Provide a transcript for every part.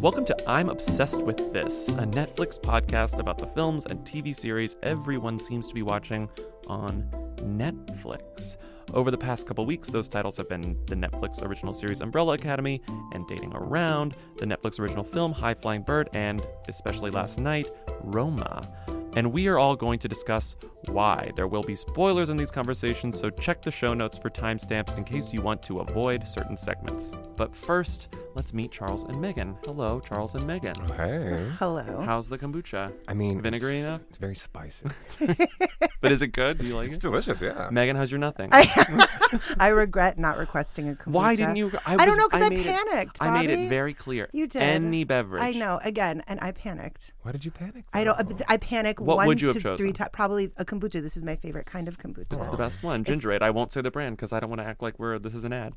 Welcome to I'm Obsessed with This, a Netflix podcast about the films and TV series everyone seems to be watching on Netflix. Over the past couple weeks, those titles have been the Netflix original series Umbrella Academy and Dating Around, the Netflix original film High Flying Bird, and, especially last night, Roma. And we are all going to discuss why. There will be spoilers in these conversations, so check the show notes for timestamps in case you want to avoid certain segments. But first, let's meet Charles and Megan. Hello, Charles and Megan. Hey. Hello. How's the kombucha? I mean, Vinegary it's, enough? It's very spicy. But is it good? Do you like it's it? delicious, yeah. Megan, how's your nothing? I regret not requesting a kombucha. Why didn't you? I, don't was- know because I, made it- panicked. I made it Bobby. very clear. You did. Any beverage. I know again, and I panicked. Why did you panic? I don't. though? I panic Oh. What one would you to have chosen? three times. Probably a kombucha. This is my favorite kind of kombucha. It's the best one. Ginger Ale. I won't say the brand because I don't want to act like we're this is an ad.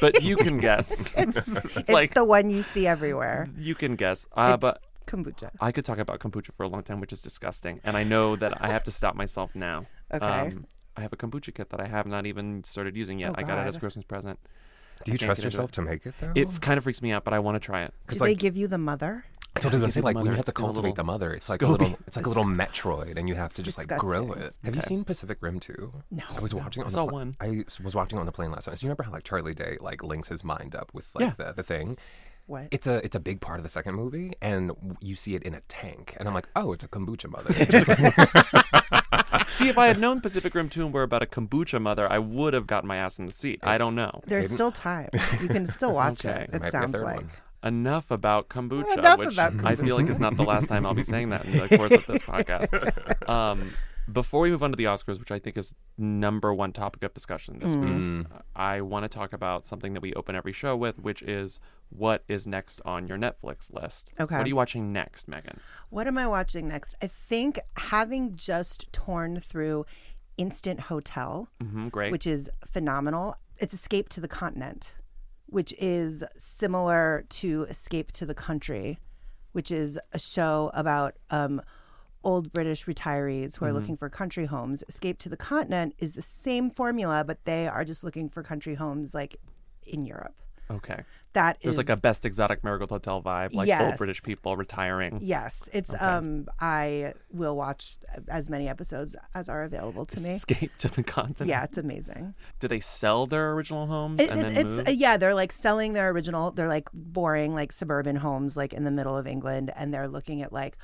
but you can guess. It's, it's Like- the one you see everywhere. you can guess. Uh, It's but Ah, kombucha. I could talk about kombucha for a long time, which is disgusting. And I know that I have to stop myself now. Um, Okay. I have a kombucha kit that I have not even started using yet. Oh, I got it God. as a Christmas present. Do you can't trust get into yourself to make it, though? It kind of freaks me out, but I want to try it. Do Because, they like, give you the mother? that's what I was going to say. the Like, when mother, you have to it's in a little cultivate the mother, it's like scoby. a little, it's like a little Metroid, and you have to just, like, grow disgusting. it. Have you seen Pacific Rim 2? No. I was watching it on saw the pla- one. I s- was watching it on the plane last night. So you remember how, like, Charlie Day, like, links his mind up with, like, the, the thing? What? It's a it's a big part of the second movie, and w- you see it in a tank, and I'm like, oh, it's a kombucha mother. Just like- See, if I had known Pacific Rim 2 were about a kombucha mother, I would have gotten my ass in the seat. I don't know. There's still time. You can still watch Okay. it. might be a It sounds third like. one. Enough about kombucha, Enough which about I feel like is not the last time I'll be saying that in the course of this podcast. Um, before we move on to the Oscars, which I think is number one topic of discussion this week, Mm-hmm. I want to talk about something that we open every show with, which is what is next on your Netflix list. Okay. What are you watching next, Megan? What am I watching next? I think having just torn through Instant Hotel. hmm great. which is phenomenal. It's Escape to the Continent, which is similar to Escape to the Country, which is a show about um, old British retirees Mm-hmm. who are looking for country homes. Escape to the Continent is the same formula, but they are just looking for country homes like in Europe. okay. That is There's like a best exotic marigold hotel vibe, like old Yes. British people retiring. Yes, it's um I will watch as many episodes as are available to me. Escape to the continent. Yeah, it's amazing. Do they sell their original homes It- and it- then it's move? uh, yeah, they're like selling their original. They're like boring, like suburban homes, like in the middle of England, and they're looking at like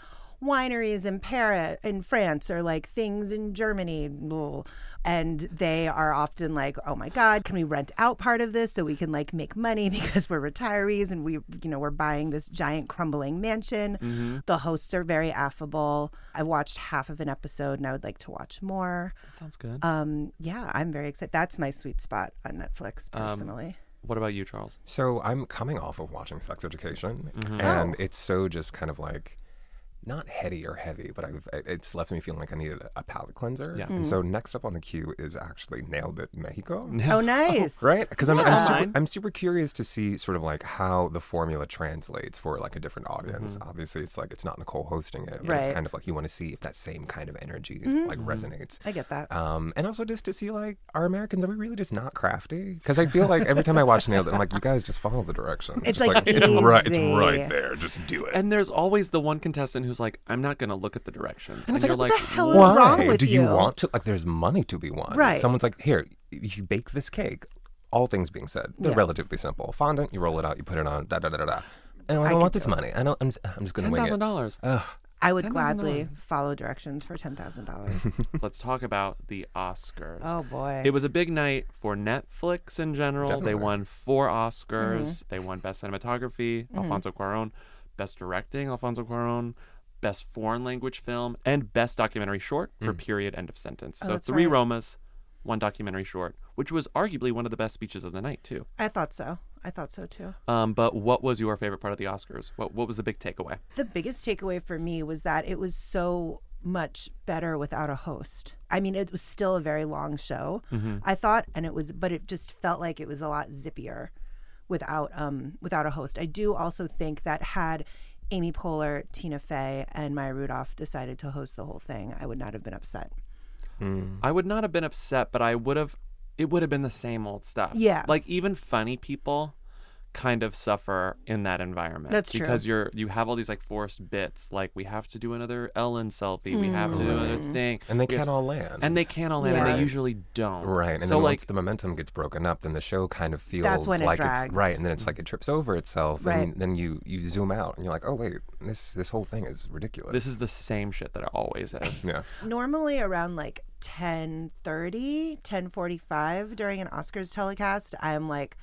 wineries in Paris, in France, or like things in Germany. Blah. And they are often like, "Oh my God, can we rent out part of this so we can like make money because we're retirees and we, you know, we're buying this giant crumbling mansion." Mm-hmm. The hosts are very affable. I watched half of an episode and I would like to watch more. Sounds good. Um, yeah, I'm very excited. That's my sweet spot on Netflix Um, personally. what about you, Charles? So I'm coming off of watching Sex Education, and it's so just kind of like not heady or heavy, but I've, it- it's left me feeling like I needed a, a palate cleanser. Yeah. And so next up on the queue is actually Nailed It Mexico. Oh, nice. Right, because I'm, Yeah. I'm, Fine. super, I'm super curious to see sort of like how the formula translates for like a different audience. Obviously, it's like it's not Nicole hosting it, but it's Right. kind of like you want to see if that same kind of energy like resonates. I get that. Um, and also just to see like are Americans are we really just not crafty? Because I feel like every time I watch Nailed It, I'm like, you guys just follow the directions. It's, Just like, it's right, it's easy. right there. Just do it. And there's always the one contestant who's like, I'm not going to look at the directions. And, it's you're like, like, what the hell is Why wrong with do you, you? want to? Like, there's money to be won. Right. Someone's like, here, if you bake this cake. All things being said, they're Yeah. relatively simple. Fondant, you roll it out, you put it on. Da da da da da. And I don't want this money. I don't. I'm just, I'm just going to wing it. $10,000. I would gladly follow directions for ten thousand dollars. Let's talk about the Oscars. oh boy. It was a big night for Netflix in general. They won four Oscars. Mm-hmm. They won Best Cinematography, Alfonso Cuaron, Best Directing, Alfonso Cuaron, Best Foreign Language Film, and Best Documentary Short for Period End of Sentence. so Oh, that's three right. Romas, one documentary short, which was arguably one of the best speeches of the night, too. I thought so. I thought so too. Um, but what was your favorite part of the Oscars? What, what was the big takeaway? The biggest takeaway for me was that it was so much better without a host. I mean, it was still a very long show, I thought, and it was, but it just felt like it was a lot zippier without um without a host. I do also think that had Amy Poehler, Tina Fey, and Maya Rudolph decided to host the whole thing, I would not have been upset. I would not have been upset, but I would have. It would have been the same old stuff. Yeah. Like even funny people kind of suffer in that environment. That's true. because you're you have all these like forced bits, like we have to do another Ellen selfie, we have to do another thing, And they we have- can't all land. and they can all land, and Mm-hmm. Yeah. they usually don't. Right. And so then like once the momentum gets broken up, then the show kind of feels when it like drags. it's right. And then it's like it trips over itself. Right. And then you, you zoom out and you're like, oh, wait, this, this whole thing is ridiculous. this is the same shit that it always is. yeah. normally around like 10.30 10.45 during an oscars telecast i'm like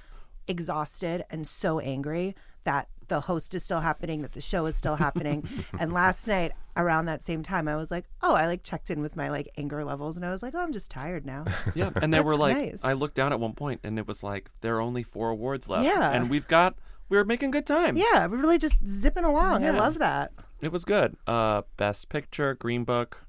exhausted and so angry that the host is still happening that the show is still happening and last night around that same time i was like oh i like checked in with my like anger levels and i was like oh i'm just tired now Yeah, and they were That's like, nice. I looked down at one point, and it was like there are only four awards left. Yeah. and we've got we're making good time. yeah we're really just zipping along i Yeah. love that it was good. Uh, best picture, Green Book.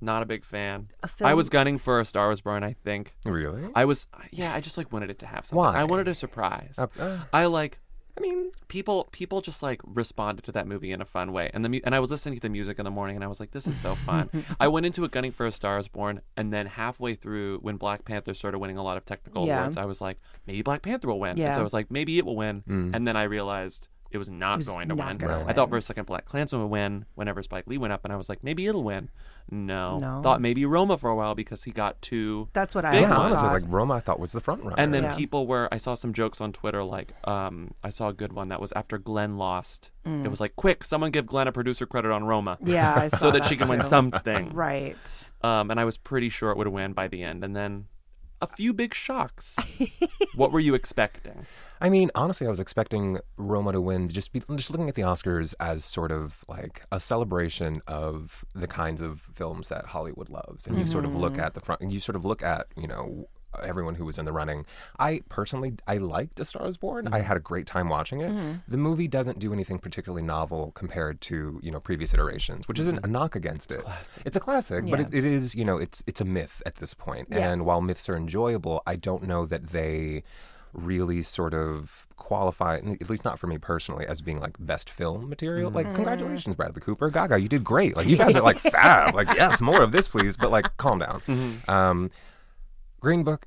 Not a big fan. film- I was gunning for a Star Was Born. I think Really? I was. Yeah, I just like wanted it to have something. Why? I wanted a surprise. Uh, uh, I like I mean, people people just like responded to that movie in a fun way and the mu- and I was listening to the music in the morning and I was like this is so fun I went into a gunning for a star is born and then halfway through when Black Panther started winning a lot of technical Yeah. awards I was like maybe Black Panther will win and Yeah. so I was like maybe it will win and then I realized it was not was going to not win. gonna I thought win. for a second Black Klansman would win whenever Spike Lee went up, and I was like, maybe it'll win. No. No. Thought maybe Roma for a while because he got two that's what i Big yeah, one. thought honestly, like Roma, I thought was the front runner. and then Yeah. people were I saw some jokes on Twitter like um I saw a good one that was after Glenn lost. It was like quick, someone give Glenn a producer credit on Roma. Mm. yeah I saw So that she can win too. something. right Um and I was pretty sure it would win by the end and then a few big shocks. what were you expecting? I mean, honestly, I was expecting Roma to win. Just be, just looking at the Oscars as sort of like a celebration of the kinds of films that Hollywood loves, and you sort of look at the front, and you sort of look at you know everyone who was in the running. I personally, I liked A Star Is Born. I had a great time watching it. The movie doesn't do anything particularly novel compared to you know previous iterations, which isn't a knock against it. classic. It's a classic, but Yeah. it, it is you know it's it's a myth at this point. Yeah. And while myths are enjoyable, I don't know that they really sort of qualify, n- at least not for me personally, as being like best film material. Like, congratulations, Bradley Cooper, Gaga, you did great. Like, you guys are like fab. Like, yes, more of this, please. But like, calm down. Mm-hmm. Um, Green Book,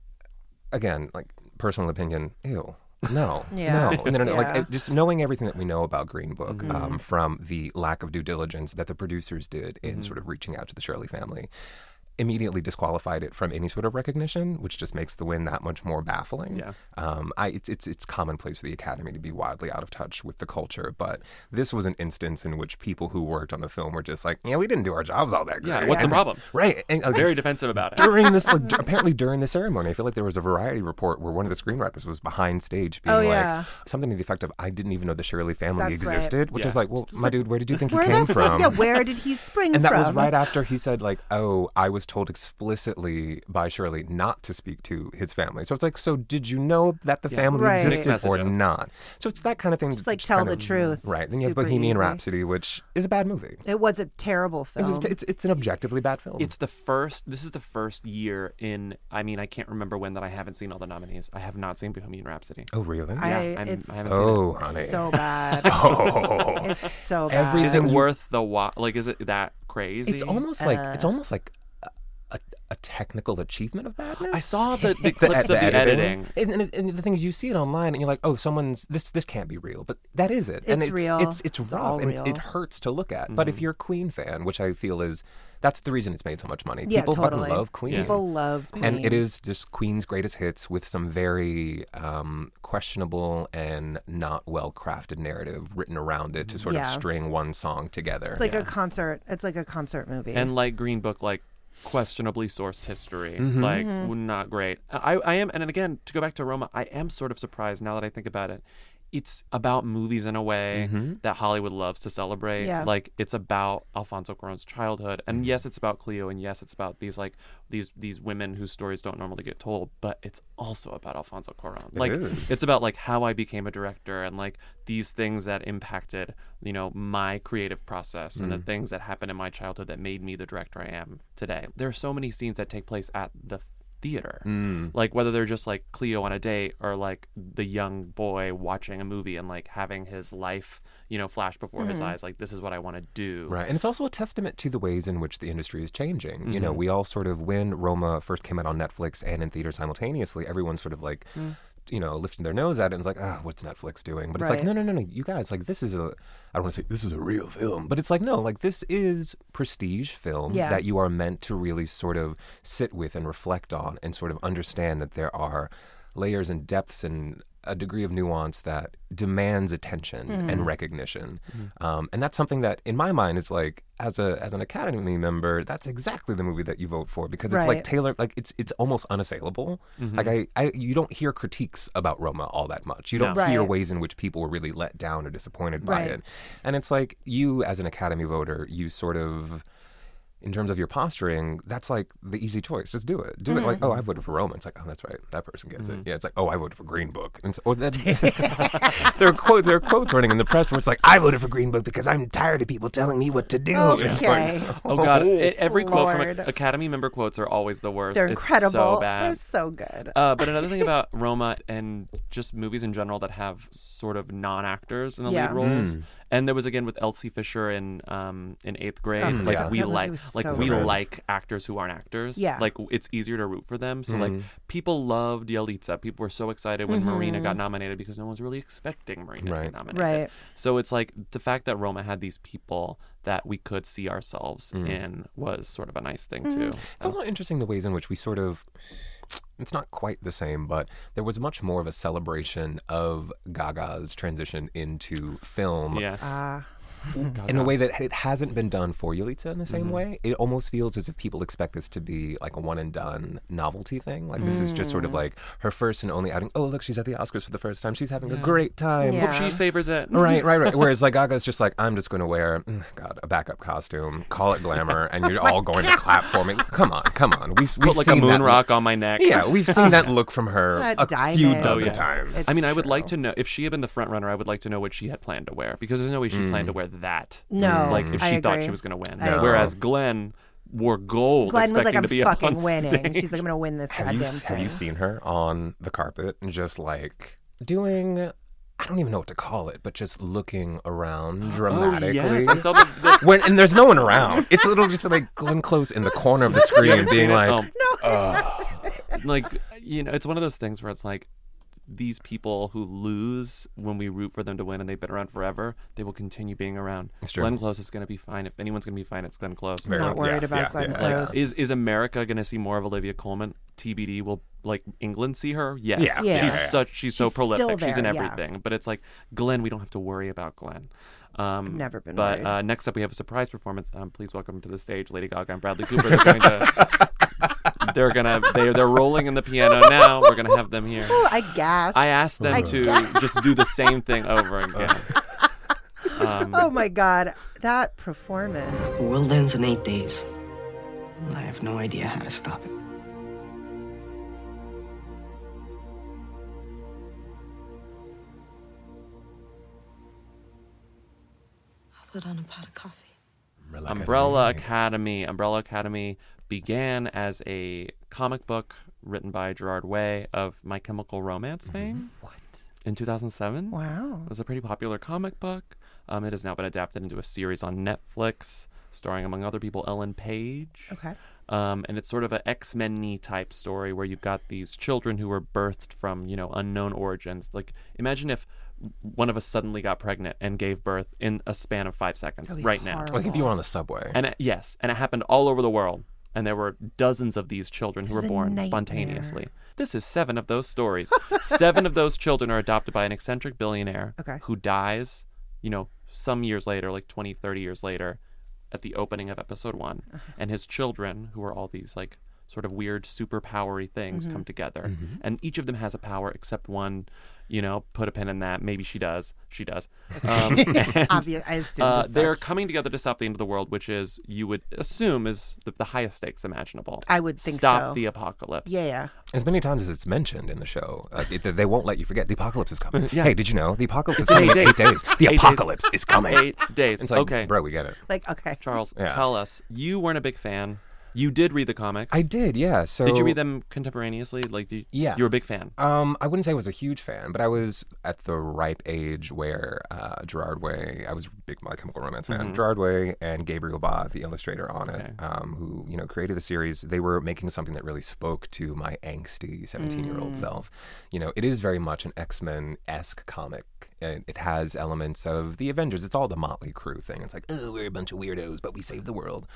again, like personal opinion, ew. No, Yeah. no, no, no, no. Like Yeah. it- just knowing everything that we know about Green Book, Mm-hmm. um, from the lack of due diligence that the producers did Mm-hmm. in sort of reaching out to the Shirley family, immediately disqualified it from any sort of recognition, which just makes the win that much more baffling. Yeah. Um, I, it's, it's, it's commonplace for the Academy to be wildly out of touch with the culture, but this was an instance in which people who worked on the film were just like, yeah, we didn't do our jobs all that great. Yeah, what's the problem? Right. And, uh, Very defensive about it. during this, like, dur- apparently during the ceremony, I feel like there was a variety report where one of the screenwriters was behind stage being Oh, like yeah. something to the effect of, "I didn't even know the Shirley family That's right. existed," which Yeah. is like, "Well, my dude, where did you think he where came the from?" yeah where did he spring and that from was right after he said, like, "Oh, I was told explicitly by Shirley not to speak to his family." So it's like, so did you know that the family Right. existed or Messages. not? So it's that kind of thing. just like that's tell kind the of- truth Right. Then you have Super Bohemian easy. Oh. Rhapsody, which is a bad movie. It was a terrible It film. was, it's, it's an objectively bad film. It's the first this is the first year in I mean I can't remember when that I haven't seen all the nominees. I have not seen Bohemian Rhapsody. oh, really? I- yeah, I'm- it's- I haven't seen it. oh, honey. so bad. Oh. it's so bad. Everything- Is it And you- worth the watch? Like, is it that crazy? It's almost like Uh. it's almost like a, a, a technical achievement of badness. I saw the, the The- clips the of the editing. And, and, and the thing is, you see it online, and you're like, "Oh, someone's this. This can't be real." But that is it. and It's it's, real. It's it's, It's all rough, and it's, real. it hurts to look at. But Mm-hmm. if you're a Queen fan, which I feel is, that's the reason it's made so much money. Yeah, People totally. fucking love Queen. People love Queen. And it is just Queen's greatest hits with some very um, questionable and not well crafted narrative written around it to sort Yeah. of string one song together. It's like a concert. It's like a concert movie. And like Green Book, like questionably sourced history, like w- not great. I, I am, and then again to go back to Roma, I am sort of surprised now that I think about it. It's about movies in a way that Hollywood loves to celebrate. Yeah. Like it's about Alfonso Cuarón's childhood, and yes, it's about Cleo, and yes, it's about these like these these women whose stories don't normally get told, but it's also about Alfonso Cuarón. like is. it's about like how I became a director and like these things that impacted, you know, my creative process and the things that happened in my childhood that made me the director I am today. There are so many scenes that take place at the theater. Like whether they're just like Cleo on a date or like the young boy watching a movie and like having his life, you know, flash before his Mm-hmm. eyes like this is what I want to do. Right. And it's also a testament to the ways in which the industry is changing. You know, we all sort of, when Roma first came out on Netflix and in theater simultaneously, everyone sort of like you know, lifting their nose at it and it's like, ah, what's Netflix doing? But it's like, Right. no, no, no, no, you guys, like, this is a, I don't want to say this is a real film, but it's like, no, like, this is prestige film Yeah. that you are meant to really sort of sit with and reflect on and sort of understand that there are layers and depths and a degree of nuance that demands attention Mm-hmm. and recognition. Um, and that's something that, in my mind, is like, as a as an Academy member, that's exactly the movie that you vote for because it's like Right. Taylor, like it's it's almost unassailable. Like I, I, you don't hear critiques about Roma all that much. You don't No. hear Right. ways in which people were really let down or disappointed by Right. it. And it's like you, as an Academy voter, you sort of, in terms of your posturing, that's like the easy choice. Just do it. Do it. Mm-hmm. Like, oh, I voted for Roma. It's like, oh, that's right. That person gets Mm. it. Yeah. It's like, oh, I voted for Green Book. And so, or that, there are quotes. There are quotes running in the press where it's like, I voted for Green Book because I'm tired of people telling me what to do. And it's like, Okay. Oh God! E- every quote Lord. from Academy member quotes are always the worst. They're It's incredible. so bad. They're so good. Uh, but another thing about Roma and just movies in general that have sort of non actors in the Yeah. lead Hmm. roles, and there was again with Elsie Fisher in um, in eighth grade, Ugh, like Yeah. we Oh, that movie like was like so we good. like actors who aren't actors. Yeah. like it's easier to root for them. So like Mm-hmm. people loved Yalitza. People were so excited Mm-hmm. when Marina got nominated because no one's really expecting Marina to Right. get nominated. Right. So it's like the fact that Roma had these people that we could see ourselves in was sort of a nice thing Mm-hmm. too. Mm. It's also interesting the ways in which we sort of. It's not quite the same, but there was much more of a celebration of Gaga's transition into film yeah. Ah, in a way that it hasn't been done for Yulitsa in the Mm-hmm. same way. It almost feels as if people expect this to be like a one and done novelty thing. Like this is just Mm. sort of like her first and only outing. Oh, look, she's at the Oscars for the first time. She's having a great time. Yeah. She savors it. Right, right, right. Whereas like Gaga's just like, I'm just going to wear, mm, God, a backup costume, call it glamour, and you're all going to clap for me. Come on, come on. We've, we've put like a seen moon that rock on my neck. Yeah, we've seen that look from her That a few diamond. dozen Oh, yeah. times. It's- I mean, I would like true. to know if she had been the front runner. I would like to know what she had planned to wear because there's no way she planned to wear that. Mm. No, Mm. like if she I thought agree. she was going to win. I No. agree. Whereas Glenn wore gold. Glenn was like, expecting "I'm to be up on fucking winning." stage. She's like, "I'm gonna win this have goddamn you thing." have you seen her on the carpet and just like doing? I don't even know what to call it, but just looking around Oh, dramatically. yes, I saw the, the when and there's no one around. It's literally just like Glenn Close in the corner of the screen, being like, no, uh, like you know, it's one of those things where it's like these people who lose when we root for them to win and they've been around forever, they will continue being around. It's true. Glenn Close is going to be fine. If anyone's going to be fine, it's Glenn Close. Very Not well, worried yeah, about yeah, Glenn yeah, Close. yeah. Like, is is America gonna see more of Olivia Coleman? TBD. Will like England see her? Yes. Yeah. Yeah. She's Yeah. such. She's, so She's still prolific. she's in there, yeah. everything. But it's like Glenn. We don't have to worry about Glenn. Um, never been But worried. uh, next up, we have a surprise performance. Um, please welcome to the stage, Lady Gaga and Bradley Cooper. They're going to. They're gonna. They're they're rolling in the piano now. We're gonna have them here. Oh, I gasped. I asked them I Uh-huh. to gasped. just do the same thing over again. Um, Oh my god, that performance! The world ends in eight days. And I have no idea how to stop it. I'll put on a pot of coffee. Umbrella Academy. Umbrella Academy began as a comic book written by Gerard Way of My Chemical Romance Mm-hmm. fame. What? In 2007. Wow. It was a pretty popular comic book. Um, it has now been adapted into a series on Netflix, starring, among other people, Ellen Page. Okay. Um, and it's sort of an X Men y type story where you've got these children who were birthed from, you know, unknown origins. Like, imagine if one of us suddenly got pregnant and gave birth in a span of five seconds That'd be right now. horrible. Like if you were on the subway. And it, yes, and it happened all over the world. And there were dozens of these children who This is were a born nightmare. spontaneously. This is seven of those stories. seven of those children are adopted by an eccentric billionaire Okay. who dies, you know, some years later, like 20, 30 years later, at the opening of episode one. Uh-huh. And his children, who are all these like sort of weird superpowery things, Mm-hmm. come together. And each of them has a power except one, you know, put a pin in that. Maybe she does. She does. Um, Obvious. I assumed. uh, as they're such. coming together to stop the end of the world, which is you would assume is the, the highest stakes imaginable. I would think stop so. the apocalypse. Yeah, yeah. As many times as it's mentioned in the show, like it, they won't let you forget. The apocalypse is coming. Yeah. Hey, did you know the apocalypse is coming? in days. Eight days. The days. apocalypse is coming. Eight days. It's like, okay, bro, we get it. Like okay. Charles, Yeah. tell us. You weren't a big fan. You did read the comics. I did, yeah. So Did you read them contemporaneously? Like, did, Yeah. you were a big fan. Um, I wouldn't say I was a huge fan, but I was at the ripe age where uh, Gerard Way, I was a big My Chemical Romance Mm-hmm. fan, Gerard Way and Gabriel Ba, the illustrator on it, um, who you know created the series. They were making something that really spoke to my angsty seventeen-year-old Mm. self. You know, it is very much an X Men esque comic. It it has elements of the Avengers. It's all the Motley Crew thing. It's like, oh, we're a bunch of weirdos, but we saved the world.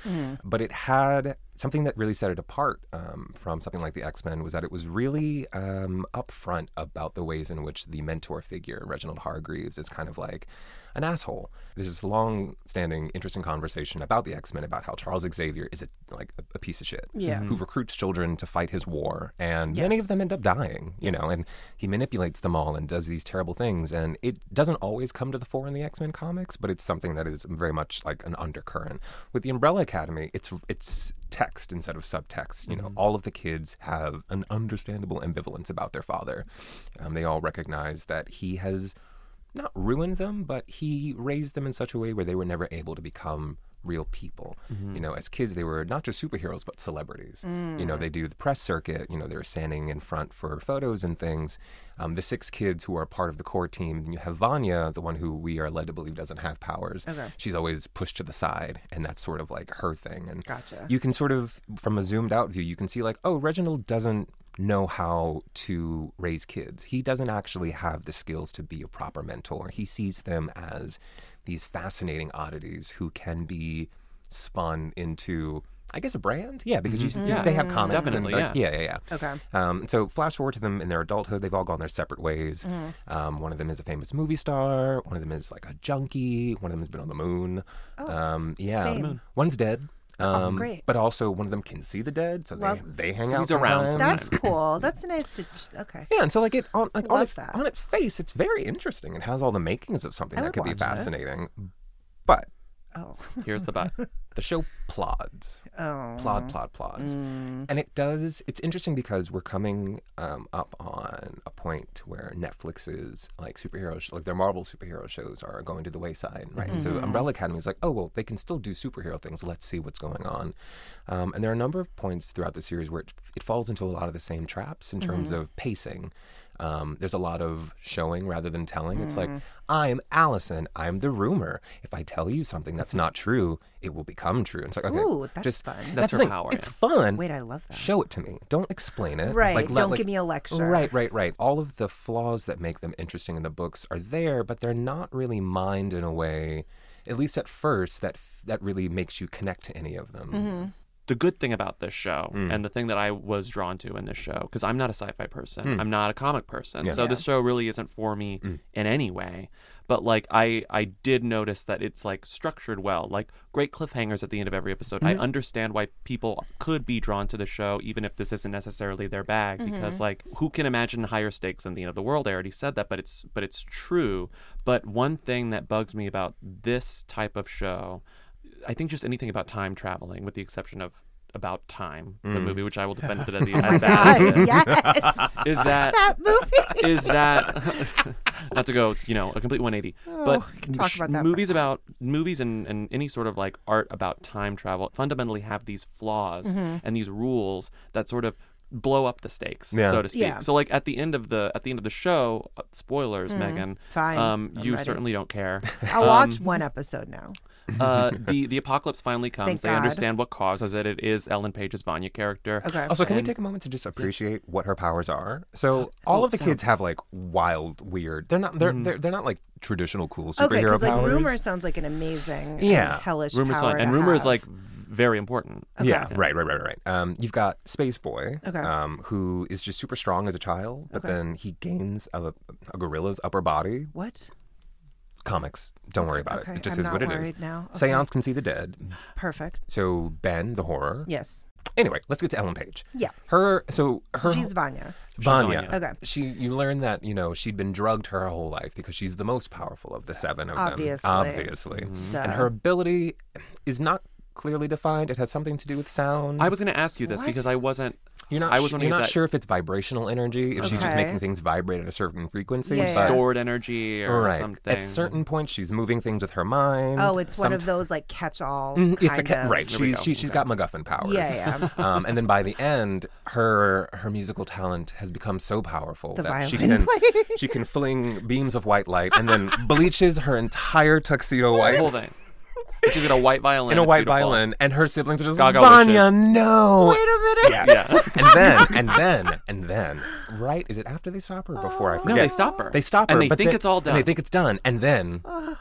But it had something that really set it apart um, from something like the X Men was that it was really um, upfront about the ways in which the mentor figure, Reginald Hargreaves, is kind of like an asshole. There's this long standing, interesting conversation about the X Men about how Charles Xavier is a, like a, a piece of shit Yeah. who recruits children to fight his war, and many of them end up dying, you know, and he manipulates them all and does these terrible things. And it doesn't always come to the fore in the X Men comics, but it's something that is very much like an undercurrent. With the Umbrella Academy, it's it's text instead of subtext. You know, all of the kids have an understandable ambivalence about their father. Um, they all recognize that he has not ruined them, but he raised them in such a way where they were never able to become real people. You know, as kids, they were not just superheroes, but celebrities. You know, they do the press circuit, you know, they're standing in front for photos and things. Um, the six kids who are part of the core team, you have Vanya, the one who we are led to believe doesn't have powers. She's always pushed to the side, and that's sort of like her thing. And Gotcha. you can sort of, from a zoomed out view, you can see like, oh, Reginald doesn't know how to raise kids. He doesn't actually have the skills to be a proper mentor. He sees them as these fascinating oddities who can be spun into, I guess, a brand. Yeah, because you, Yeah, they have comics. definitely, and, like, yeah. yeah, yeah, yeah. Mm-hmm. Okay. Um, so flash forward to them in their adulthood, they've all gone their separate ways. Mm-hmm. Um, one of them is a famous movie star. One of them is like a junkie. One of them has been on the moon. um, yeah, Oh, same. Oh, one's dead. Um, great. But also, one of them can see the dead, so Love- they, they hang So out. he's around sometimes. That's Nice. cool. That's nice to. ch- Okay. Yeah, and so like it on like on Love its, that. on its face, it's very interesting. It has all the makings of something I that would could be watch this. fascinating. But Oh. Here's the but. the show plods. Oh. plod plod plods Mm-hmm. and it does it's interesting because we're coming um, up on a point where netflix's like superhero sh- like their marvel superhero shows are going to the wayside right And Mm-hmm. so umbrella academy is like oh well they can still do superhero things let's see what's going on um, and there are a number of points throughout the series where it, it falls into a lot of the same traps in terms Mm-hmm. of pacing um, there's a lot of showing rather than telling. It's like, Mm-hmm. I'm Allison. I'm the rumor. If I tell you something that's not true, it will become true. And it's like, okay, Mm-hmm. Ooh, that's just fun. That's the her thing. power, It's yeah. fun. Wait, I love that. Show it to me. Don't explain it. Right. Like, let- Don't like- give me a lecture. Right, right, right. All of the flaws that make them interesting in the books are there, but they're not really mined in a way, at least at first, that that really makes you connect to any of them. Mm-hmm. the good thing about this show and the thing that I was drawn to in this show because I'm not a sci-fi person, I'm not a comic person, so this show really isn't for me in any way. But like I, I did notice that it's like structured well, like great cliffhangers at the end of every episode. I understand why people could be drawn to the show even if this isn't necessarily their bag because like who can imagine higher stakes than the end of the world? I already said that, but it's but it's true. But one thing that bugs me about this type of show I think just anything about time traveling, with the exception of About Time, the movie, which I will defend it at the at that, Oh God, yes. is that that movie. is that not to go you know a complete 180 but Oh, we can talk sh- about that for movies about movies and, and any sort of like art about time travel fundamentally have these flaws Mm-hmm. and these rules that sort of blow up the stakes Yeah. so to speak Yeah. Mm-hmm. so like at the end of the at the end of the show uh, spoilers megan Fine. um I'm you ready. certainly don't care I'll watch Um, one episode now. uh, the the apocalypse finally comes. Thank they God. understand what causes it. It is Ellen Page's Vanya character. Okay. Also, can we And- take a moment to just appreciate what her powers are? So, all of the kids have like wild, weird. They're not. They're they're, they're not like traditional cool Okay, superhero because like powers. rumor sounds like an amazing, Yeah. yeah, hellish Rumor's power fine, and to rumor is have. like very important. Yeah, right, right, right, right, right. Um, you've got Space Boy, Okay. um, who is just super strong as a child, but then he gains a, a gorilla's upper body. what? Comics, don't worry about okay, it. It just I'm is not what it is. worried now. Okay. Seance can see the dead. Perfect. So Ben, the horror. Yes. Anyway, let's get to Ellen Page. Yeah. Her. So her. She's Vanya. Vanya. Vanya. Okay. She you learn that, you know, she'd been drugged her whole life because she's the most powerful of the seven of Obviously. them. Obviously. Duh. And her ability is not clearly defined. It has something to do with sound. I was going to ask you this because I wasn't. You're not. I I was wondering you're if not that- sure if it's vibrational energy. If she's just Okay. making things vibrate at a certain frequency. Yeah, yeah, but- yeah. stored energy or right. something. At certain points, she's moving things with her mind. Oh, it's one of Somet- those like catch-all. Mhm, It's a kind ca- of- right. There we She's go. she, she's got MacGuffin powers. Yeah, yeah. um, and then by the end, her her musical talent has become so powerful The that she violin can she can fling beams of white light and then bleaches her entire tuxedo The white whole thing. She's got a white violin. in a It's white beautiful. violin, and her siblings are just Gaga Vanya, wishes. no. Wait a minute. Yeah. and then and then and then right is it after they stop her or before I Oh. forget No, they stop her. they stop her And they but think then- it's all and done. they think it's done and then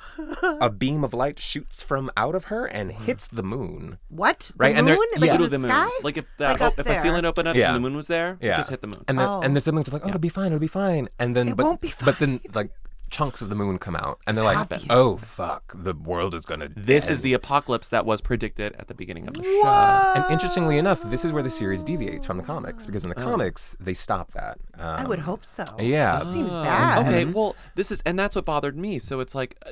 a beam of light shoots from out of her and hits the moon What? The Right, and moon? they're- like yeah. in Through the, the moon. sky? Like if that, Like if up a there. ceiling opened up Yeah. and the moon was there, just hit the moon. and then Oh. and their siblings are like oh it'll be fine it'll be fine and then It but, won't be but then like chunks of the moon come out and they're like obvious. oh fuck the world is gonna this end. is the apocalypse that was predicted at the beginning of the show. uh, and interestingly enough, this is where the series deviates from the comics because in Oh. the comics they stop that. I Um, would hope so. Yeah, It seems Oh, bad. Okay, well, this is, and that's what bothered me. So it's like, uh,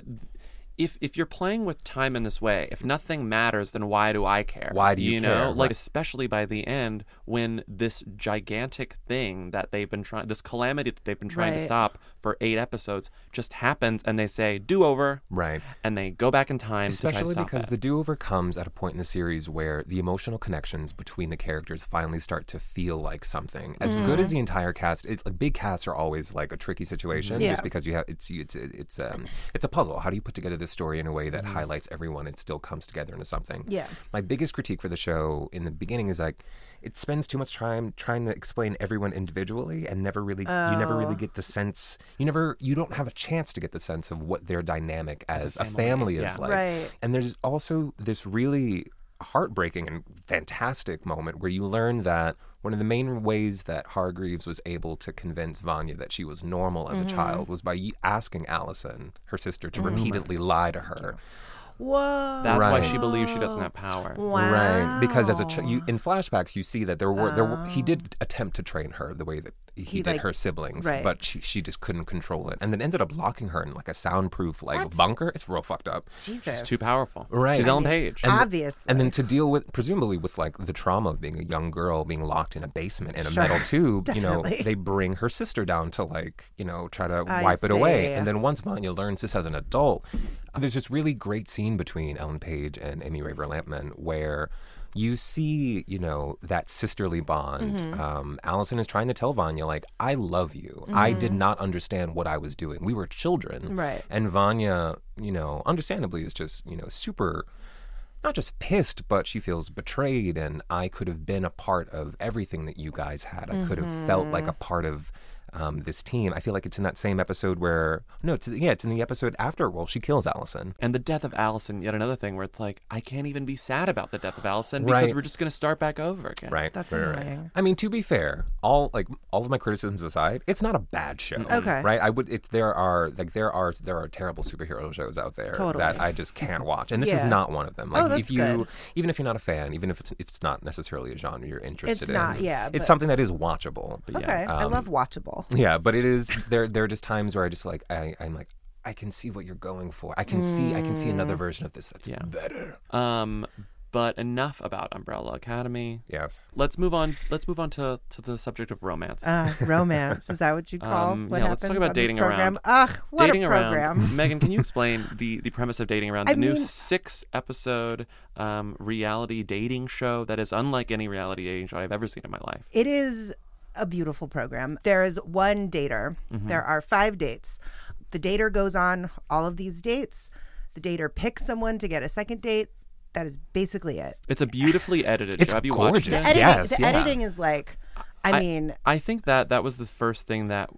if if you're playing with time in this way, if nothing matters, then why do I care? Why do you know, care? like Right. especially by the end when this gigantic thing that they've been trying, this calamity that they've been trying to Right. stop for eight episodes, just happens, and they say do over, right. and they go back in time Especially to try to stop because it. the do over comes at a point in the series where the emotional connections between the characters finally start to feel like something. As good Mm. as the entire cast, it, like, big casts are always like a tricky situation, Mm-hmm. Yeah. just because you have it's you- it's it's um, it's a puzzle. How do you put together this story in a way that Mm-hmm. highlights everyone and still comes together into something? Yeah. My biggest critique for the show in the beginning is like it spends too much time trying to explain everyone individually and never really you never really Oh. get the sense you never you don't have a chance to get the sense of what their dynamic as, a family, is yeah. like. Right. And there's also this really heartbreaking and fantastic moment where you learn that one of the main ways that Hargreaves was able to convince Vanya that she was normal Mm-hmm. as a child was by y- asking Allison, her sister, to repeatedly lie to her. Whoa. That's why Right. she believes she doesn't have power. wow. Right, because as a ch- you in flashbacks you see that there were there were, he did attempt to train her the way that he, Oh. He, did like- her siblings, right. but she, she just couldn't control it, and then ended up locking her in like a soundproof like bunker. It's real fucked up. Jesus. She's too powerful. Right. She's Ellen Page. And- Obviously. And then to deal with, presumably, with like the trauma of being a young girl being locked in a basement in a Sure. metal tube, you know, Definitely. they bring her sister down to like, you know, try to I wipe it away. see. And then once Vanya learns this as an adult, there's this really great scene between Ellen Page and Amy Raver Lampman where. You see, you know, that sisterly bond. Mm-hmm. Um, Allison is trying to tell Vanya, like, I love you. I did not understand what I was doing. We were children. Mm-hmm. Right. And Vanya, you know, understandably is just, you know, super not just pissed, but she feels betrayed. And I could have been a part of everything that you guys had. I could have felt like a part of um, this team. I feel like it's in that same episode where no, it's yeah, it's in the episode after. Well, she kills Allison. And the death of Allison, yet another thing where it's like, I can't even be sad about the death of Allison because Right. we're just going to start back over again. Right. That's Right, right, right. annoying. I mean, to be fair, all like all of my criticisms aside, it's not a bad show. Okay. Right. I would. It's there are like there are there are terrible superhero shows out there Totally. that I just can't watch, and this is Yeah. not one of them. Oh, Like if that's you good. even if you're not a fan, even if it's if it's not necessarily a genre you're interested in, not, yeah, but- Oh. it's something that is watchable. Yeah. um, Okay. I love watchable. Yeah, but it is there. There are just times where I just like I, I'm like I can see what you're going for. I can see I can see another Mm. version of this that's Yeah. better. Um, but enough about Umbrella Academy. Yes. Let's move on. Let's move on to, to the subject of romance. Uh, romance. Is that what you call Um, what yeah, let's happens talk about on this dating program? around. Ugh, what dating a program. around. Megan, can you explain the, the premise of dating around? The I new mean- six episode um, reality dating show that is unlike any reality dating show I've ever seen in my life. It is a beautiful program. There is one dater. Mm-hmm. There are five dates. The dater goes on all of these dates. The dater picks someone to get a second date. That is basically it. It's a beautifully edited It's show. Have you gorgeous. watched it? The Editing, Yes, the yeah. editing is like, I, mean, I think that that was the first thing that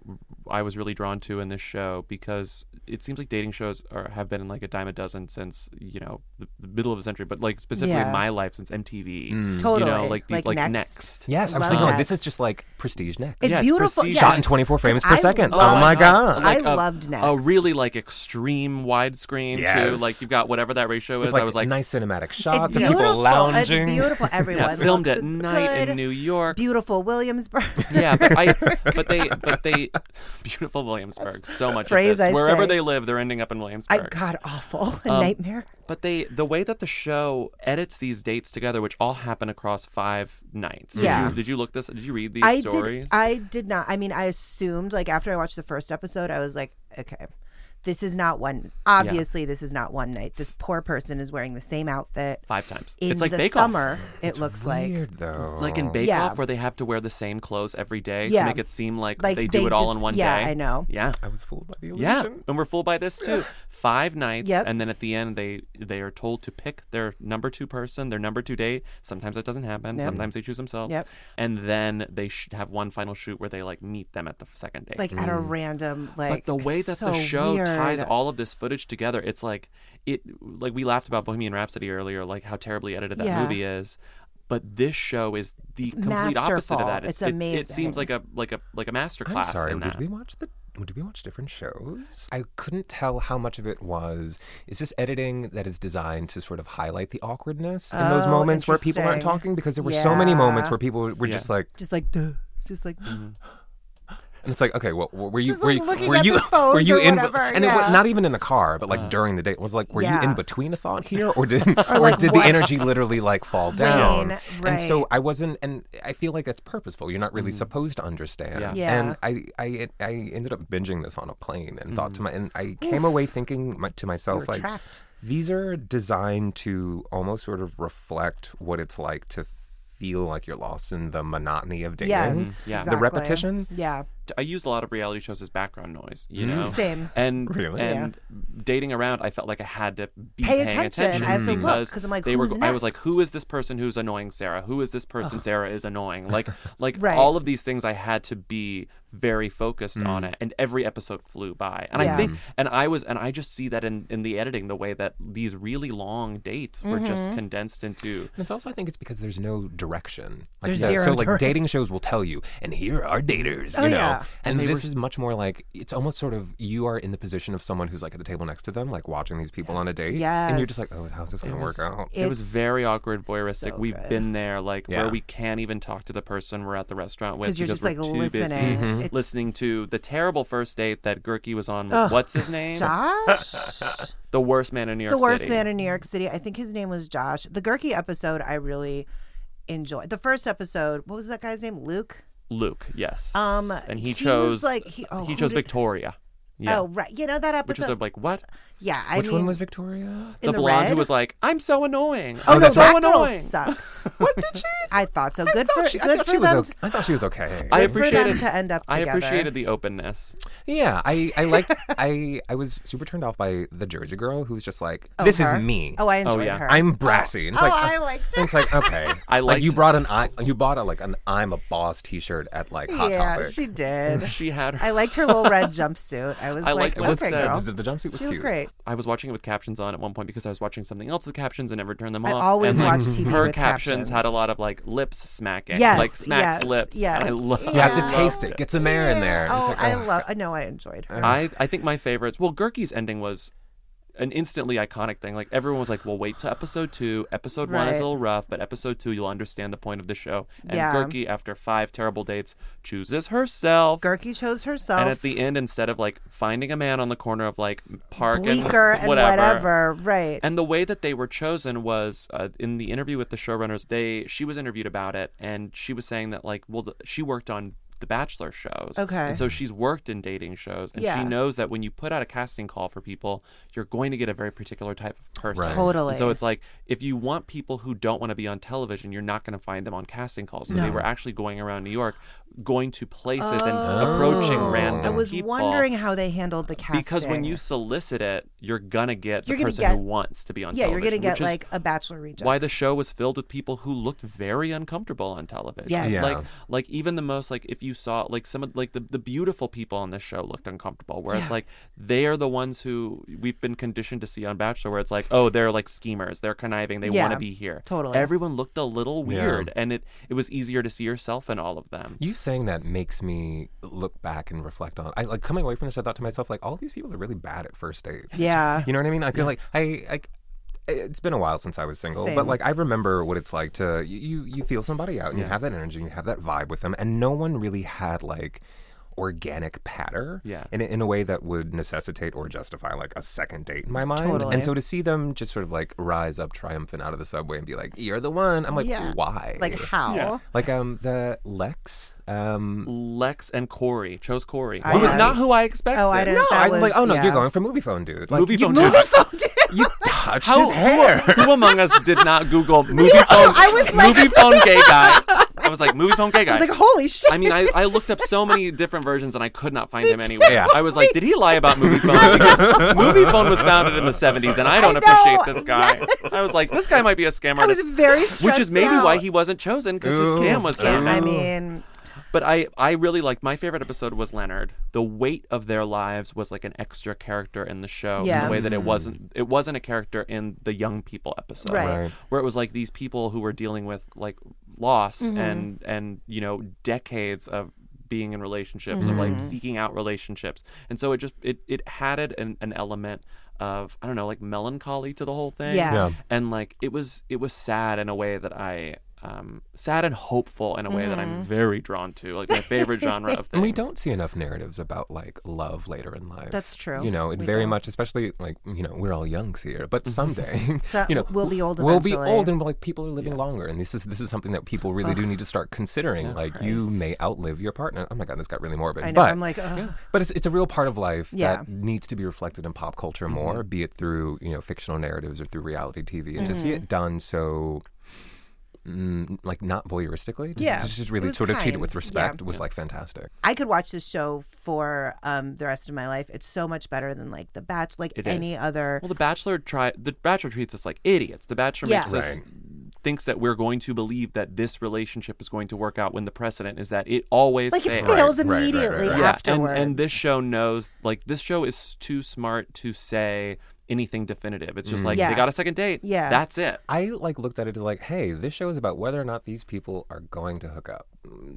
I was really drawn to in this show because it seems like dating shows are, have been like a dime a dozen since you know the, the middle of the century, but like specifically in Yeah. my life since MTV. Mm. totally. You know, like these like, next. Yes, I was Love thinking like, that. this is just like prestige next. It's Yeah, it's beautiful. prestige. yes. Shot in 24 frames per I second. love- Oh my god. I Like a- loved next. A really like extreme widescreen too. Yes. Like you've got whatever that ratio With, is. I was like, nice cinematic It's shots of beautiful. people lounging. It's beautiful. Everyone yeah, filmed looks at night good. in New York. Beautiful Williamsburg. yeah, but I but they but they beautiful Williamsburg. So much of phrase this. I Wherever say. they live, they're ending up in I Williamsburg. God, awful. A Um, nightmare. But they the way that the show edits these dates together, which all happen across five nights. Did Yeah. you, did you look this? Did you read these I stories? did. I did not. I mean, I assumed like after I watched the first episode, I was like, okay, this is not one. Obviously, this is not one night. This poor person is wearing the same outfit five times. in it's like the Bake summer. It looks like. Weird though. Off. Like in Bake Yeah. Off, where they have to wear the same clothes every day Yeah. to make it seem like, Like, they do they it all just- in one yeah, day. I know. Yeah, I was fooled by the illusion. yeah, and we're fooled by this too. Five nights, Yep. and then at the end, they they are told to pick their number two person, their number two date. Sometimes that doesn't happen. Yep. Sometimes they choose themselves. Yep. And then they should have one final shoot where they like meet them at the second date. Like at Mm. a random like. but the way it's that so the show weird. ties all of this footage together it's like it like we laughed about bohemian rhapsody earlier like how terribly edited that Yeah. movie is but this show is the complete opposite masterful. of that It's it, it amazing. seems like a like a like a master I'm class sorry. in Did that. we watch the? Did we watch different shows? I couldn't tell how much of it was. Is this editing that is designed to sort of highlight the awkwardness in those Oh, moments where people aren't interesting. talking? Because there were so many Yeah. moments where people were Yeah. just like, just like duh, just like and it's like, okay, well, were you Just, were like, you looking were at you their phones were you or in? whatever, and it yeah. Uh. was not even in the car, but like during the date, it was like, were you yeah. in between a thought here, or did or, like, did what- the energy literally like fall down? Wane, And right. so I wasn't, and I feel like that's purposeful. You're not really supposed to understand. Mm. Yeah. Yeah. And I, I, I ended up binging this on a plane and thought to Mm-hmm. my, and I came away thinking my, to myself like, trapped. these are designed to almost sort of reflect what it's like to feel like you're lost in the monotony of dating. yes. Mm-hmm. Yeah. The exactly. repetition? Yeah. I used a lot of reality shows as background noise, you know. Same. And Really? and dating around, I felt like I had to be Pay paying attention. I have to look, because 'cause I'm like, they were. who's I was like, next? who is this person who's annoying Sarah? Who is this person Sarah is annoying? Like like Right. all of these things, I had to be very focused on it, and every episode flew by. And I Yeah. think, and I was, and I just see that in in the editing, the way that these really long dates were just Mm-hmm. condensed into. And it's also, I think it's because there's no direction. Like, There's yeah, zero so, like, direction. dating shows will tell you, and here are daters, Oh, you know. yeah. And, they this were- is much more like, it's almost sort of, you are in the position of someone who's, like, at the table next to them, like, watching these people on a date. And you're just like, Yes. oh, how's this going to work was- out? it was It's very awkward, voyeuristic. so We've good. been there, like Yeah. where we can't even talk to the person we're at the restaurant with Because you're just like we're too busy listening. It's listening to the terrible first date that Gurky was on with Ugh. what's his name, Josh. the worst man in New York the worst City. man in New York City. I think his name was Josh. The Gurky episode, I really enjoyed. The first episode, what was that guy's name? Luke. Luke, yes, Um, and he, he was chose like- he- oh, who chose did- Victoria, yeah, Oh right, you know that which was episode. a, like what yeah, I Which mean, one was Victoria? in the, blonde who red? was like I'm so annoying, Oh, I'm no, so that girl annoying. sucked. what did she? I thought so. Good I thought for she, I good thought for she was them. okay. I thought she was okay. I Good for them appreciated to end up I together. appreciated the openness. Yeah, I, I liked I I was super turned off by the Jersey girl who's just like this her. is me. Oh, I enjoyed yeah. her. I'm brassy. And it's Oh, like, I liked and it's like okay. I like you liked- brought an I you bought a, like an I'm a boss T-shirt at like Hot yeah, Topic. she did. She had her I liked her little red jumpsuit. I was I like, liked what it okay, said. girl. The, the jumpsuit was she cute. looked great. I was watching it with captions on at one point because I was watching something else with captions and never turned them I off. always and, like, watch TV Her with captions, captions. had a lot of like lips smacking, Yes, like smacks yes, lips. yes. and I love. You have Yeah. to taste it. Get some air in there. And it's Oh, like, I ugh. love. No, I enjoyed her. I I think my favorites. Well, Gurky's ending was an instantly iconic thing. Like everyone was like, "Well, wait till episode two. Episode one is Right. a little rough, but episode two, you'll understand the point of the show." And Yeah. Gurky, after five terrible dates, chooses herself. Gurky chose herself. and at the end, instead of like finding a man on the corner of like Park bleaker and and whatever, right? And the way that they were chosen was uh, in the interview with the showrunners. They she was interviewed about it, and she was saying that like, well, the, she worked on the Bachelor shows, Okay. and so she's worked in dating shows, and she Yeah. knows that when you put out a casting call for people, you're going to get a very particular type of person. Right. And Totally. so it's like if you want people who don't want to be on television, you're not going to find them on casting calls. So they were actually going around New York, going to places and approaching Oh. random I was people wondering how they handled the casting because when you solicit it, you're gonna get the You're gonna person who get- wants to be on yeah, you're television. gonna get which is like a bachelor reject. why the show was filled with people who looked very uncomfortable on television. Yes. Yeah. Like like even the most like if you saw like some of like the, the beautiful people on this show looked uncomfortable where it's like they are the ones who we've been conditioned to see on Bachelor where it's like, oh, they're like schemers, they're conniving, they Yeah, wanna be here. totally. Everyone looked a little Yeah. weird and it, it was easier to see yourself in all of them. You saying that makes me look back and reflect on. I like coming away from this. I thought to myself, like, all these people are really bad at first dates. yeah, You know what I mean? Like, feel like I like. It's been a while since I was single, Same. but like I remember what it's like to you. You feel somebody out, and you have that energy, and you have that vibe with them, and no one really had like organic patter Yeah. in, a- in a way that would necessitate or justify like a second date in my mind. Totally. And so to see them just sort of like rise up triumphant out of the subway and be like, you're the one. I'm like, Yeah. why? Like how? Yeah. Like, um, the Lex, um, Lex and Corey chose Corey, I who was not was- who I expected. Oh, I didn't. no, that I'm was, like, oh no, yeah. you're going for movie phone, dude. Like, Movie you phone touched- dude. You touched How, his hair. Who, who among us did not Google movie phone? I was like- movie phone gay guy. I was like movie phone gay guy. I was like, holy shit. I mean, I, I looked up so many different versions and I could not find him anywhere. Yeah. I was like, did he lie about movie phone? Because movie phone was founded in the 70s and I don't I know, appreciate this guy. I was like, this guy might be a scam I was artist. very stressed Which is maybe out. why he wasn't chosen because his Ooh. scam was Yeah, founded. I mean, But I, I really liked my favorite episode was Leonard. The weight of their lives was like an extra character in the show in Yeah. the way that it wasn't it wasn't a character in the young people episode. Right. Right. Where it was like these people who were dealing with like loss Mm-hmm. and and you know decades of being in relationships of like seeking out relationships. And so it just it it added an, an element of I don't know like melancholy to the whole thing Yeah. Yeah. and like it was it was sad in a way that i um sad and hopeful in a way that Mm-hmm. i'm very drawn to like my favorite genre of things And we don't see enough narratives about like love later in life. That's true. You know, it We very don't. Mm-hmm. much, especially like you know, we're all youngs here, but someday, So you know, we'll be old We'll be eventually. old, and like people are living longer, and this is this is something that people really do need to start considering. like you may outlive your partner. Oh my god, this got really morbid. I know. But I'm like, ugh. But it's, it's a real part of life Yeah. Mm-hmm. that needs to be reflected in pop culture more, be it through you know fictional narratives or through reality TV, and to see Mm-hmm. it done so mm, like not voyeuristically, just, Yeah. just, just It really was sort of treated kind. with Yeah. respect was like fantastic. I could watch this show for um, the rest of my life. It's so much better than like The Batch, like It any is. other. well the bachelor try the bachelor treats us like idiots the bachelor Yeah. makes us Right. thinks that we're going to believe that this relationship is going to work out when the precedent is that it always like it fails. fails Right, right, right, immediately right. Yeah, and- afterwards. And, this show knows, like, this show is too smart to say anything definitive. It's Mm. just like Yeah. they got a second date. Yeah. that's it. I like looked at it as like, hey, this show is about whether or not these people are going to hook up.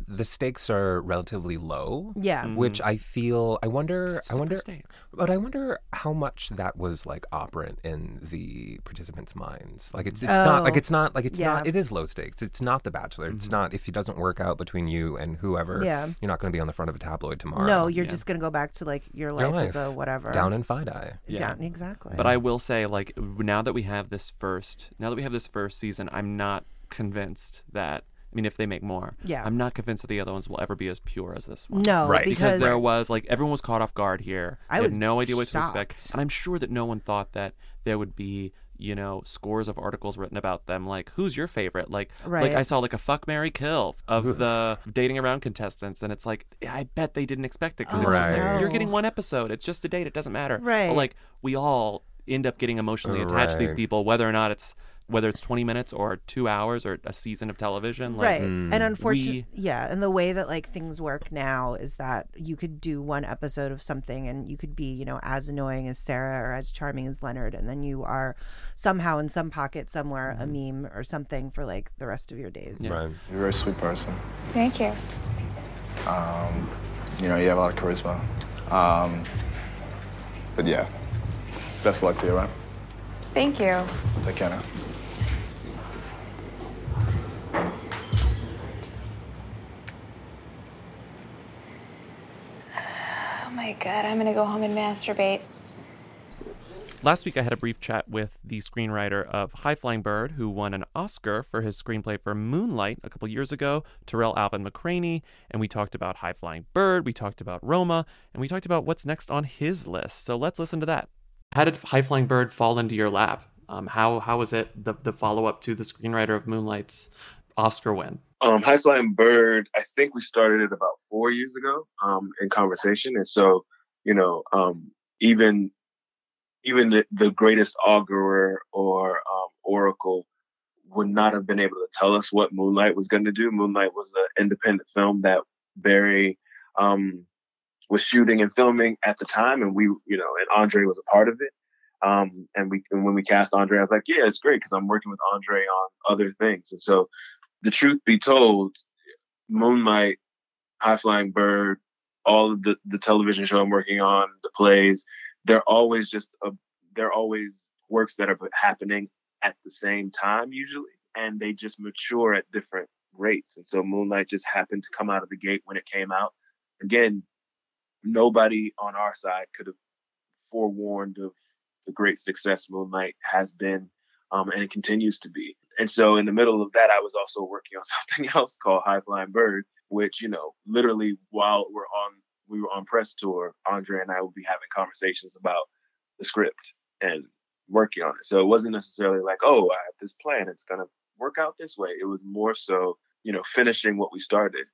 The stakes are relatively low. Yeah. Mhm. Which I feel I wonder It's I the wonder first date. but I wonder how much that was like operant in the participants' minds. Like it's it's not like Oh. it's not like it's Yeah. Mm-hmm. not it is low stakes. It's not the bachelor. It's not if it doesn't work out between you and whoever, Yeah. you're not gonna be on the front of a tabloid tomorrow. no, you're just gonna go back to like your life, Your as a whatever. Down in Fidei. Yeah. Down- exactly. But I will say, like now that we have this first, now that we have this first season, I'm not convinced that. I mean, if they make more, Yeah. I'm not convinced that the other ones will ever be as pure as this one. no, Right, because, because there was like everyone was caught off guard here. I They was had no idea what to expect, shocked. and I'm sure that no one thought that there would be you know scores of articles written about them like who's your favorite like like Right. i saw like a fuck mary kill of the dating around contestants and it's like i bet they didn't expect it because Oh, like, Right. you're getting one episode it's just a date it doesn't matter Right. but, like we all end up getting emotionally attached to these Right. people whether or not it's whether it's 20 minutes or two hours or a season of television like mm, right, and unfortunately, we- yeah, and the way that like things work now is that you could do one episode of something and you could be, you know, as annoying as Sarah or as charming as Leonard, and then you are somehow in some pocket somewhere a Mm-hmm. meme or something for like the rest of your days. Right. You're a very sweet person. Thank you. You know, you have a lot of charisma. Um, but yeah, best of luck to you, right? Thank you. Take care now. Oh my god, I'm gonna go home and masturbate. Last week, I had a brief chat with the screenwriter of High Flying Bird, who won an Oscar for his screenplay for Moonlight a couple years ago, Terrell Alvin McCraney. And we talked about High Flying Bird, we talked about Roma, and we talked about what's next on his list. So let's listen to that. How did High Flying Bird fall into your lap? Um, how, how was it the, the follow up to the screenwriter of Moonlight's Oscar win? Um, High Flying Bird, I think we started it about four years ago um, in conversation, and so you know, um, even even the, the greatest augurer or um, oracle would not have been able to tell us what Moonlight was going to do. Moonlight was an independent film that Barry um, was shooting and filming at the time, and we, you know, and Andre was a part of it. Um, and we, and when we cast Andre, I was like, yeah, it's great because I'm working with Andre on other things, and so the truth be told, Moonlight, High Flying Bird, all of the, the television show I'm working on, the plays, they're always just a, they're always works that are happening at the same time usually, and they just mature at different rates. And so Moonlight just happened to come out of the gate when it came out. Again, nobody on our side could have forewarned of the great success Moon Knight has been, um, and it continues to be. And so, in the middle of that, I was also working on something else called High Flying Bird, which you know, literally while we're on we were on press tour, Andre and I would be having conversations about the script and working on it. So it wasn't necessarily like, oh, I have this plan, it's gonna work out this way. It was more so, you know, finishing what we started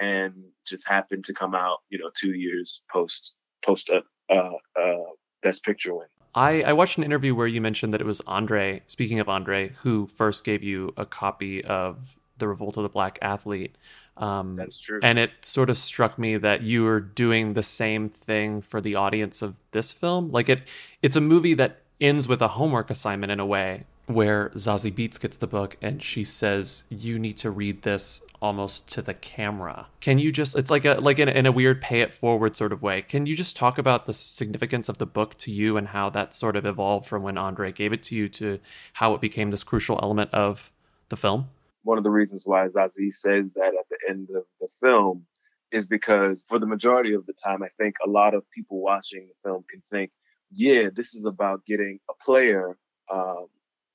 and just happened to come out, you know, two years post post uh, uh, uh best picture win. I, I watched an interview where you mentioned that it was Andre, speaking of Andre, who first gave you a copy of The Revolt of the Black Athlete. Um, That's true. and it sort of struck me that you were doing the same thing for the audience of this film like it it's a movie that ends with a homework assignment in a way where Zazie Beats gets the book and she says you need to read this almost to the camera can you just it's like a like in, in a weird pay it forward sort of way can you just talk about the significance of the book to you and how that sort of evolved from when Andre gave it to you to how it became this crucial element of the film one of the reasons why Zazie says that at the end of the film is because for the majority of the time, I think a lot of people watching the film can think, yeah, this is about getting a player, um,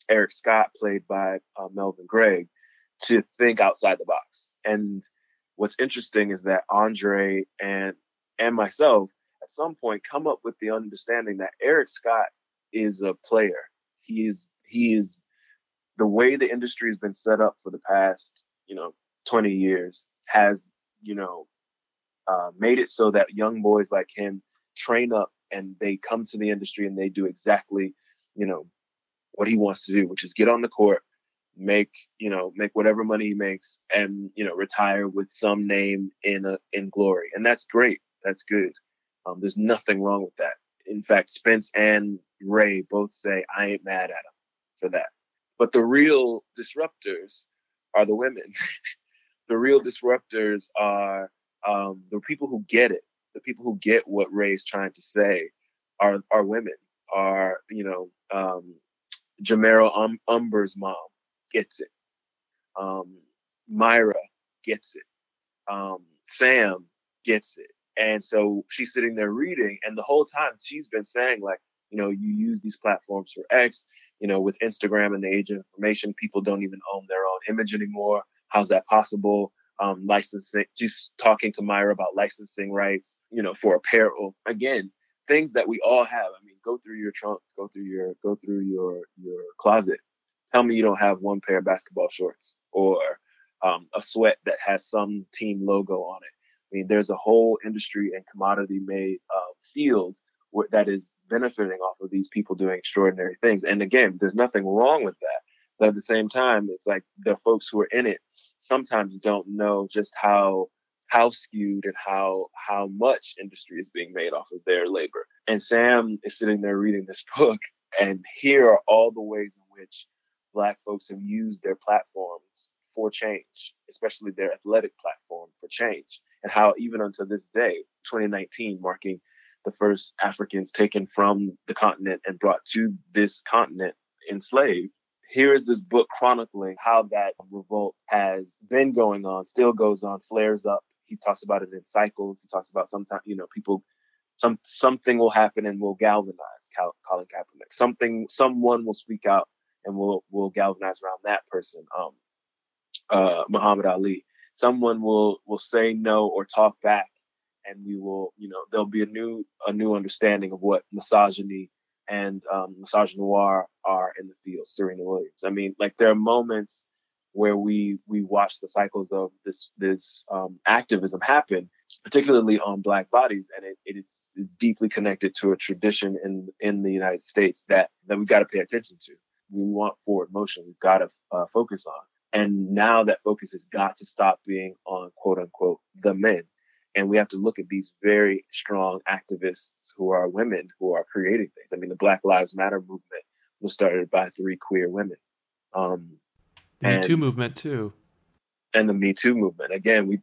Eric Scott, played by uh, Melvin Gregg, to think outside the box. And what's interesting is that Andre and and myself at some point come up with the understanding that Eric Scott is a player. He is he is the way the industry has been set up for the past, you know, 20 years has, you know, uh, made it so that young boys like him train up and they come to the industry and they do exactly, you know, what he wants to do, which is get on the court, make, you know, make whatever money he makes and, you know, retire with some name in a, in glory. And that's great. That's good. Um, there's nothing wrong with that. In fact, Spence and Ray both say, I ain't mad at him for that but the real disruptors are the women. the real disruptors are um, the people who get it. The people who get what Ray's trying to say are are women. Are you know um, Jamero um, Umber's mom gets it. Um, Myra gets it. Um, Sam gets it. And so she's sitting there reading, and the whole time she's been saying like, you know, you use these platforms for X you know, with Instagram and the age of information, people don't even own their own image anymore. How's that possible? Um, licensing, just talking to Myra about licensing rights, you know, for apparel. Again, things that we all have. I mean, go through your trunk, go through your, go through your, your closet. Tell me you don't have one pair of basketball shorts or um, a sweat that has some team logo on it. I mean, there's a whole industry and commodity made uh, field wh- that is benefiting off of these people doing extraordinary things. And again, there's nothing wrong with that. But at the same time, it's like the folks who are in it sometimes don't know just how how skewed and how how much industry is being made off of their labor. And Sam is sitting there reading this book, and here are all the ways in which Black folks have used their platforms for change, especially their athletic platform for change, and how even until this day, 2019, marking the first Africans taken from the continent and brought to this continent enslaved. Here is this book chronicling how that revolt has been going on, still goes on, flares up. He talks about it in cycles. He talks about sometimes, you know, people, some something will happen and will galvanize Cal- Colin Kaepernick. Something, someone will speak out and will will galvanize around that person. Um, uh, Muhammad Ali. Someone will will say no or talk back and we will, you know, there'll be a new a new understanding of what misogyny and um, misogynoir are in the field. Serena Williams. I mean, like there are moments where we we watch the cycles of this this um, activism happen, particularly on Black bodies, and it, it is it's deeply connected to a tradition in in the United States that that we've got to pay attention to. We want forward motion. We've got to uh, focus on. And now that focus has got to stop being on quote unquote the men and we have to look at these very strong activists who are women who are creating things. I mean, the Black Lives Matter movement was started by three queer women. Um, the Me and- Too movement too and the Me Too movement. Again, we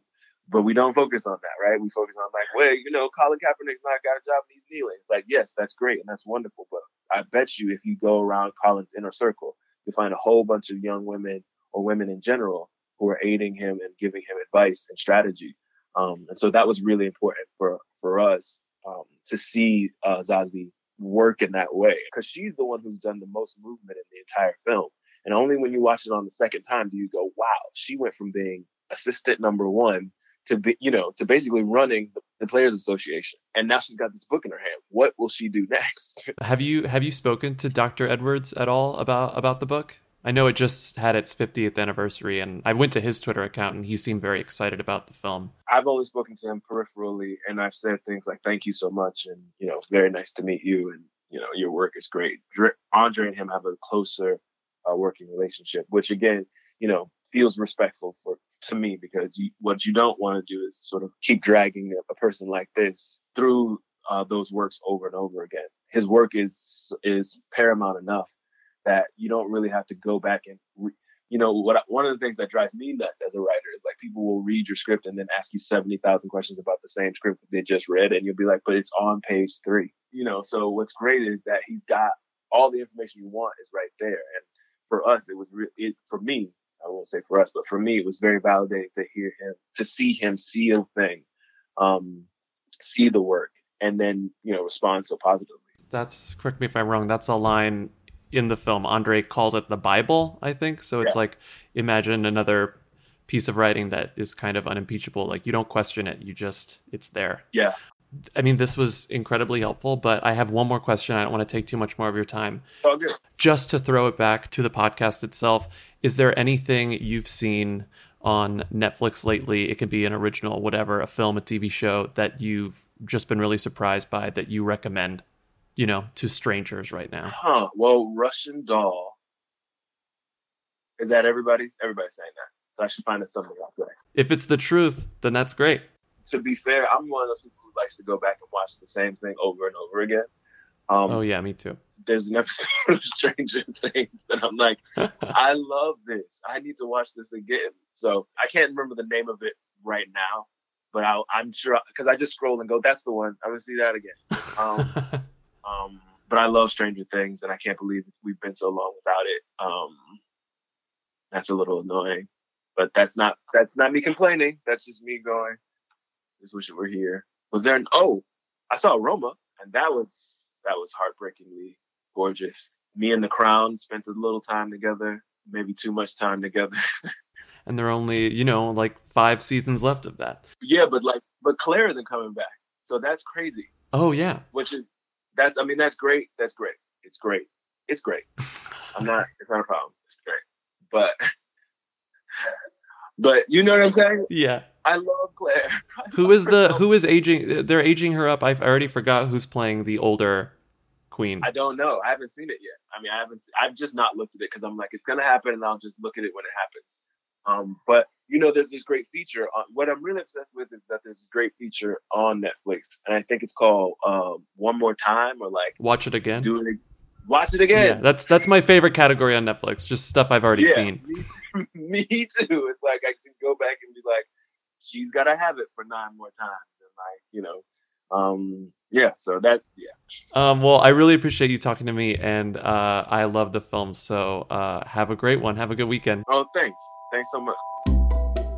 but we don't focus on that, right? We focus on like, well, you know, Colin Kaepernick's not got a job and he's kneeling. It's like, yes, that's great and that's wonderful, but I bet you if you go around Colin's inner circle, you'll find a whole bunch of young women or women in general who are aiding him and giving him advice and strategy. Um, and so that was really important for for us um, to see uh, Zazie work in that way because she's the one who's done the most movement in the entire film. And only when you watch it on the second time do you go, "Wow, she went from being assistant number one to be, you know, to basically running the, the Players Association, and now she's got this book in her hand. What will she do next?" Have you have you spoken to Dr. Edwards at all about about the book? I know it just had its 50th anniversary, and I went to his Twitter account, and he seemed very excited about the film. I've only spoken to him peripherally, and I've said things like "Thank you so much," and you know, "Very nice to meet you," and you know, "Your work is great." Dr- Andre and him have a closer uh, working relationship, which again, you know, feels respectful for to me because you, what you don't want to do is sort of keep dragging a, a person like this through uh, those works over and over again. His work is is paramount enough that you don't really have to go back and re- you know what I, one of the things that drives me nuts as a writer is like people will read your script and then ask you 70,000 questions about the same script that they just read and you'll be like but it's on page 3 you know so what's great is that he's got all the information you want is right there and for us it was re- it, for me I won't say for us but for me it was very validating to hear him to see him see a thing um see the work and then you know respond so positively That's correct me if I'm wrong. That's a line in the film. Andre calls it the Bible, I think. So it's like imagine another piece of writing that is kind of unimpeachable. Like you don't question it, you just it's there. yeah I mean, this was incredibly helpful, but I have one more question. I don't want to take too much more of your time. it's all good Just to throw it back to the podcast itself, is there anything you've seen on Netflix lately? It could be an original, whatever, a film, a TV show that you've just been really surprised by that you recommend, you know, to strangers right now. Huh. Well, Russian doll. Is that everybody's? Everybody's saying that. So I should find it something out there. If it's the truth, then that's great. To be fair, I'm one of those people who likes to go back and watch the same thing over and over again. Um, Oh yeah, me too. There's an episode of Stranger Things that I'm like, I love this. I need to watch this again. So I can't remember the name of it right now, but I'll, I'm sure because I just scroll and go, that's the one. I'm gonna see that again. Um, Um, but I love Stranger Things, and I can't believe we've been so long without it. Um, that's a little annoying, but that's not that's not me complaining. That's just me going. Just wish it were here. Was there an oh? I saw Roma, and that was that was heartbreakingly gorgeous. Me and the Crown spent a little time together, maybe too much time together. and there are only, you know, like five seasons left of that. yeah, but like, but Claire isn't coming back, so that's crazy. Oh yeah. which is that's I mean that's great. That's great. It's great. It's great. I'm not. It's not a problem. It's great. But but you know what I'm saying. Yeah. I love Claire. I Who love is her the so who is aging they're aging her up. I've I already forgot who's playing the older queen. I don't know. I haven't seen it yet. I mean, I haven't. I've just not looked at it because I'm like, it's gonna happen, and I'll just look at it when it happens. Um, but you know, there's this great feature. On, what I'm really obsessed with is that there's this great feature on Netflix, and I think it's called um, "One More Time" or like Watch it again. "Do It." Ag- Watch it again. yeah, that's that's my favorite category on Netflix. Just stuff I've already seen. Me too. me too. It's like I can go back and be like, she's gotta have it for nine more times, and like you know, um, yeah. So that's yeah. Um, well, I really appreciate you talking to me, and uh, I love the film. So uh, have a great one. Have a good weekend. Oh, thanks, thanks so much.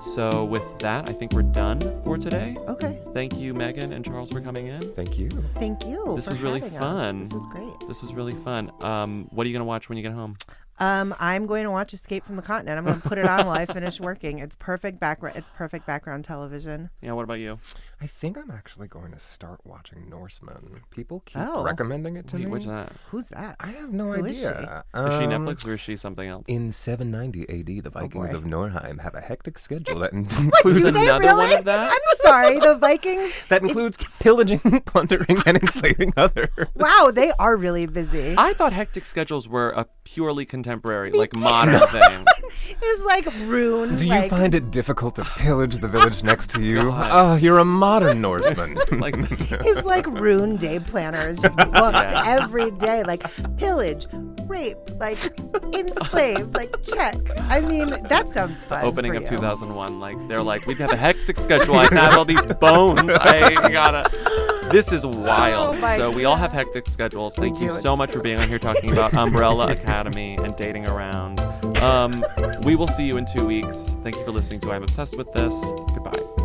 So with that, I think we're done for today. Okay. Thank you, Megan and Charles, for coming in. Thank you. Thank you. This for was really having us. fun. This was great. This is really fun. Um, what are you gonna watch when you get home? Um, I'm going to watch Escape from the Continent. I'm going to put it on while I finish working. It's perfect background. It's perfect background television. Yeah. What about you? I think I'm actually going to start watching Norseman. People keep Oh. recommending it to Wait, me. what's that? Who's that? I have no Who is she? Oh, idea. Is she Um, Netflix or is she something else? In 790 AD, the Vikings boy. of Norheim have a hectic schedule that includes Do they another really? one of that? I'm sorry, the Vikings. that includes pillaging, plundering, and enslaving others. Wow, they are really busy. I thought hectic schedules were a purely contemporary, like modern thing. It's like Rune. Do you like, find it difficult to pillage the village next to you? God. Oh, you're a modern Norseman. Like His like Rune day planner is just booked every day, like pillage, rape, like enslave, like check. I mean, that sounds fun. opening for of you. 2001. Like they're like, we have a hectic schedule. I have all these bones. I gotta. This is wild. Oh my so we all have hectic schedules. Thank you do, so it's much for being on here talking about Umbrella Academy and dating around. Um, we will see you in two weeks. Thank you for listening to I'm Obsessed with This. Goodbye.